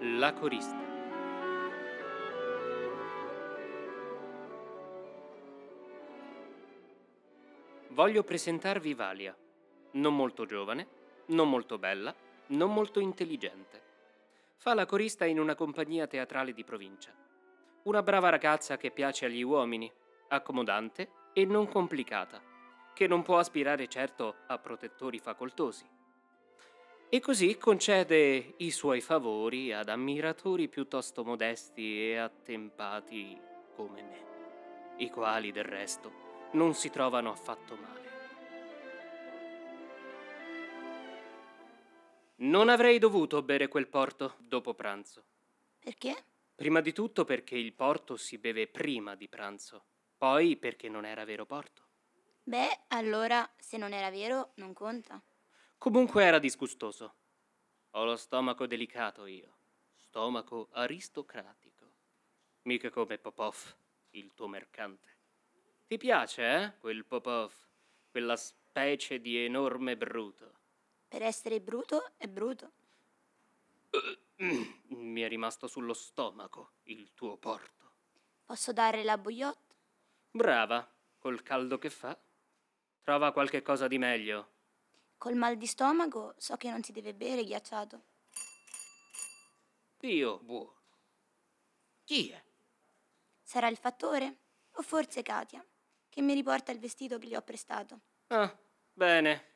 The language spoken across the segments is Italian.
La corista. Voglio presentarvi Valia. Non molto giovane, non molto bella, non molto intelligente. Fa la corista in una compagnia teatrale di provincia. Una brava ragazza che piace agli uomini, accomodante e non complicata, che non può aspirare certo a protettori facoltosi. E così concede i suoi favori ad ammiratori piuttosto modesti e attempati come me, i quali del resto non si trovano affatto male. Non avrei dovuto bere quel porto dopo pranzo. Perché? Prima di tutto perché il porto si beve prima di pranzo, poi perché non era vero porto. Beh, allora, se non era vero, non conta. Comunque era disgustoso. Ho lo stomaco delicato io, stomaco aristocratico. Mica come Popov, il tuo mercante. Ti piace, eh, quel Popov, quella specie di enorme bruto. Per essere bruto è bruto. Mi è rimasto sullo stomaco il tuo porto. Posso dare la bouillotte? Brava, col caldo che fa. Trova qualche cosa di meglio. Col mal di stomaco so che non si deve bere ghiacciato. Dio buono. Chi è? Sarà il fattore? O forse Katia, che mi riporta il vestito che gli ho prestato. Ah, bene.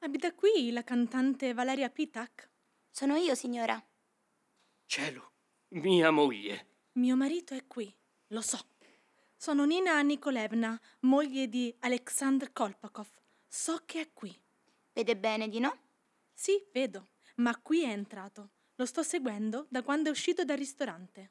Abita qui la cantante Valeria Pitak. Sono io, signora. Cielo, mia moglie. Mio marito è qui, lo so. Sono Nina Nikolevna, moglie di Alexander Kolpakov. So che è qui. Vede bene di no? Sì, vedo, ma qui è entrato. Lo sto seguendo da quando è uscito dal ristorante.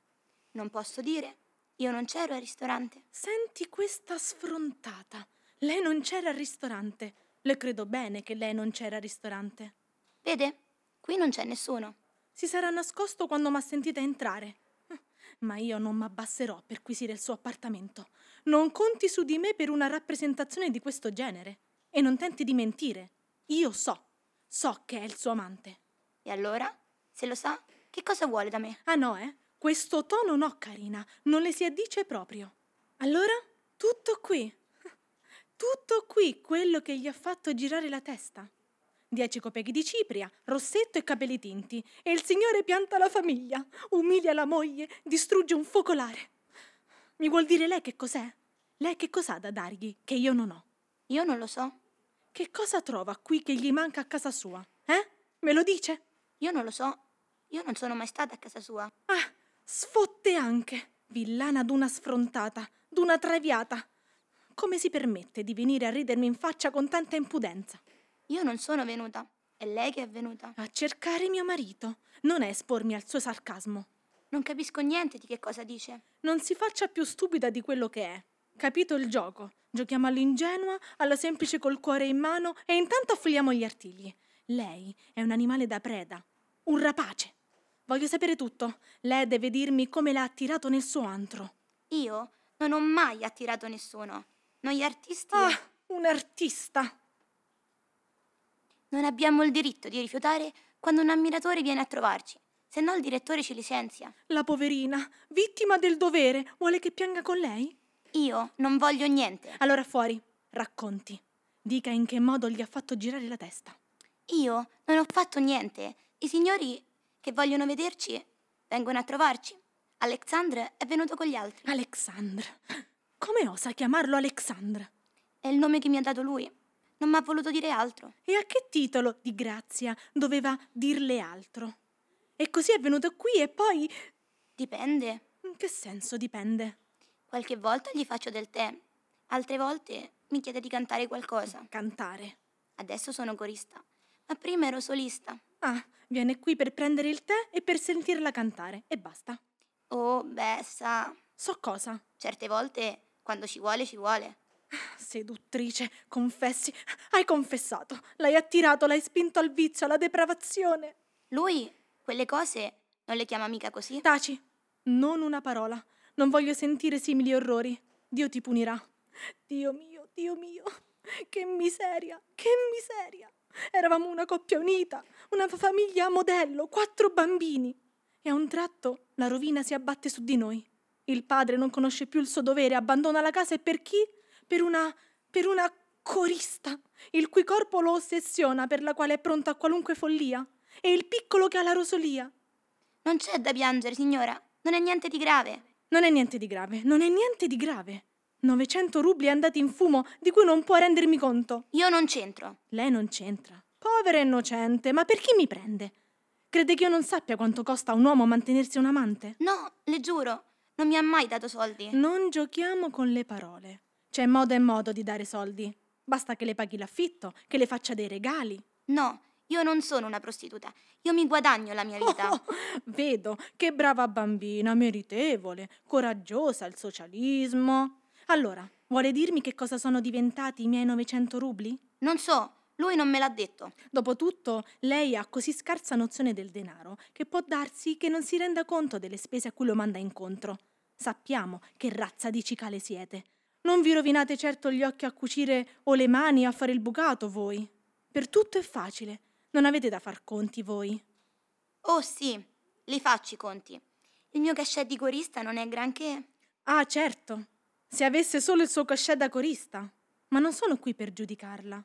Non posso dire. Io non c'ero al ristorante. Senti questa sfrontata. Lei non c'era al ristorante. Le credo bene che lei non c'era al ristorante. Vede? Qui non c'è nessuno. Si sarà nascosto quando m'ha sentita entrare. Ma io non m'abbasserò per acquisire il suo appartamento. Non conti su di me per una rappresentazione di questo genere. E non tenti di mentire. Io so, so che è il suo amante. E allora? Se lo sa, che cosa vuole da me? Ah no, eh? Questo tono no, carina, non le si addice proprio. Allora, tutto qui. Tutto qui quello che gli ha fatto girare la testa. Dieci copechi di cipria, rossetto e capelli tinti. E il signore pianta la famiglia, umilia la moglie, distrugge un focolare. Mi vuol dire lei che cos'è? Lei che cos'ha da dargli che io non ho? Io non lo so. Che cosa trova qui che gli manca a casa sua? Eh? Me lo dice? Io non lo so. Io non sono mai stata a casa sua. Ah, sfotte anche, villana d'una sfrontata, d'una traviata. Come si permette di venire a ridermi in faccia con tanta impudenza? Io non sono venuta. È lei che è venuta. A cercare mio marito, non è espormi al suo sarcasmo. Non capisco niente di che cosa dice. Non si faccia più stupida di quello che è. Capito il gioco? Giochiamo all'ingenua, alla semplice col cuore in mano e intanto affiliamo gli artigli. Lei è un animale da preda, un rapace. Voglio sapere tutto. Lei deve dirmi come l'ha attirato nel suo antro. Io non ho mai attirato nessuno. Noi artisti Ah, un artista! non abbiamo il diritto di rifiutare quando un ammiratore viene a trovarci, se no il direttore ci licenzia. La poverina, vittima del dovere, vuole che pianga con lei? Io non voglio niente. Allora fuori, racconti. Dica in che modo gli ha fatto girare la testa. Io non ho fatto niente. I signori che vogliono vederci vengono a trovarci. Alexandre è venuto con gli altri. Alexandre. Come osa chiamarlo Alexandre? È il nome che mi ha dato lui. Non mi ha voluto dire altro. E a che titolo, di grazia, doveva dirle altro? E così è venuto qui e poi... Dipende. In che senso dipende? Qualche volta gli faccio del tè, altre volte mi chiede di cantare qualcosa. Cantare. Adesso sono corista, ma prima ero solista. Ah, viene qui per prendere il tè e per sentirla cantare, e basta. Oh, beh, sa, So cosa. certe volte quando ci vuole ci vuole. Seduttrice, confessi, hai confessato, l'hai attirato, l'hai spinto al vizio, alla depravazione. Lui quelle cose non le chiama mica così. Taci, non una parola. Non voglio sentire simili orrori. Dio ti punirà. Dio mio, Dio mio, che miseria, che miseria. Eravamo una coppia unita, una famiglia a modello, quattro bambini. E a un tratto la rovina si abbatte su di noi. Il padre non conosce più il suo dovere, abbandona la casa e per chi? Per una. per una corista, il cui corpo lo ossessiona, per la quale è pronta a qualunque follia. E il piccolo che ha la rosolia. Non c'è da piangere, signora. Non è niente di grave. Non è niente di grave, non è niente di grave. 900 rubli andati in fumo, di cui non può rendermi conto. Io non c'entro. Lei non c'entra. Povera innocente, ma per chi mi prende? Crede che io non sappia quanto costa a un uomo mantenersi un amante? No, le giuro, non mi ha mai dato soldi. Non giochiamo con le parole. C'è modo e modo di dare soldi. Basta che le paghi l'affitto, che le faccia dei regali. No, io non sono una prostituta. Io mi guadagno la mia vita. Oh, vedo, che brava bambina, meritevole, coraggiosa al socialismo. Allora, vuole dirmi che cosa sono diventati i miei 900 rubli? Non so, lui non me l'ha detto. Dopotutto, lei ha così scarsa nozione del denaro che può darsi che non si renda conto delle spese a cui lo manda incontro. Sappiamo che razza di cicale siete. Non vi rovinate certo gli occhi a cucire o le mani a fare il bucato voi. Per tutto è facile. Non avete da far conti voi. Oh sì, li faccio i conti. Il mio cachet di corista non è granché. Ah, certo. Se avesse solo il suo cachet da corista. Ma non sono qui per giudicarla.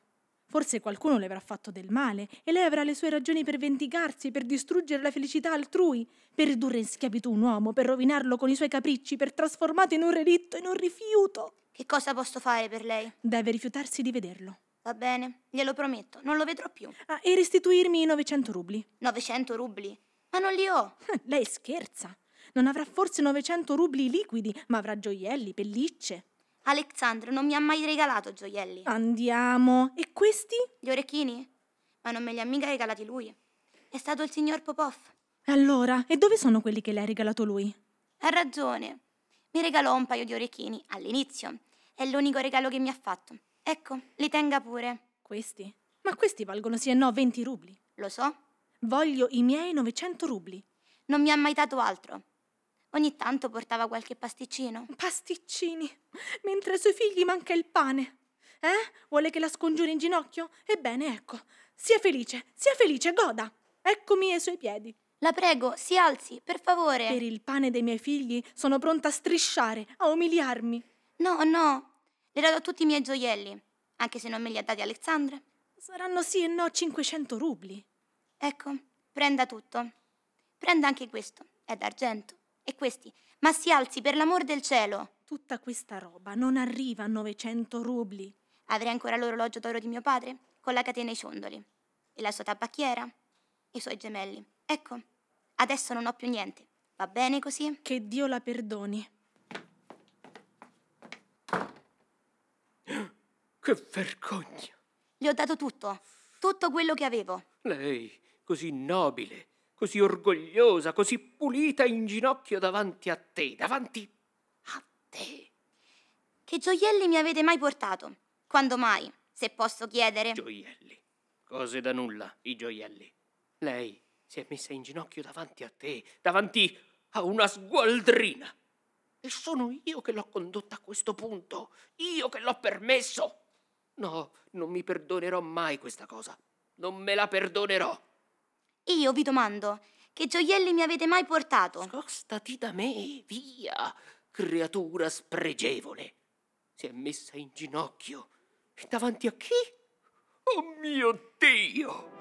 Forse qualcuno le avrà fatto del male e lei avrà le sue ragioni per vendicarsi, per distruggere la felicità altrui, per ridurre in schiavitù un uomo, per rovinarlo con i suoi capricci, per trasformarlo in un relitto, in un rifiuto. Che cosa posso fare per lei? Deve rifiutarsi di vederlo. Va bene, glielo prometto, non lo vedrò più. Ah, e restituirmi i 900 rubli. Hm, 900 rubli? Ma non li ho. Lei scherza. Non avrà forse 900 rubli liquidi, ma avrà gioielli, pellicce. Alexandro non mi ha mai regalato gioielli. Andiamo. E questi? Gli orecchini? Ma non me li ha mica regalati lui. È stato il signor Popov. E Allora, e dove sono quelli che le ha regalato lui? Ha ragione. Mi regalò un paio di orecchini all'inizio. È l'unico regalo che mi ha fatto. Ecco, li tenga pure. Questi. Ma questi valgono sì e no 20 rubli. Lo so, Voglio i miei 900 rubli. non mi ha mai dato altro. Ogni tanto portava qualche pasticcino. Pasticcini, mentre ai suoi figli manca il pane. Eh? Vuole che la scongiuri in ginocchio? Ebbene, ecco. Sia felice, sia felice, goda. Eccomi ai suoi piedi. La prego, si alzi, per favore. Per il pane dei miei figli sono pronta a strisciare, a umiliarmi. No, no, le darò tutti i miei gioielli, anche se non me li ha dati Alexandra. Saranno sì e no 500 rubli. Ecco, prenda tutto. Prenda anche questo, è d'argento. E questi, ma si alzi, per l'amor del cielo. Tutta questa roba non arriva a 900 rubli. Avrei ancora l'orologio d'oro di mio padre, con la catena ai ciondoli. E la sua tabacchiera, i suoi gemelli. Ecco, adesso non ho più niente. Va bene così? Che Dio la perdoni. Che vergogna! Le ho dato tutto, tutto quello che avevo. Lei, così nobile, così orgogliosa, così pulita in ginocchio davanti a te, davanti a te. Che gioielli mi avete mai portato? Quando mai, se posso chiedere? Gioielli. Cose da nulla, i gioielli. Lei si è messa in ginocchio davanti a te, davanti a una sgualdrina. E sono io che l'ho condotta a questo punto, io che l'ho permesso. No, non mi perdonerò mai questa cosa. Non me la perdonerò. Io vi domando, che gioielli mi avete mai portato? Scostati da me, via, creatura spregevole. Si è messa in ginocchio. E davanti a chi? Oh mio Dio!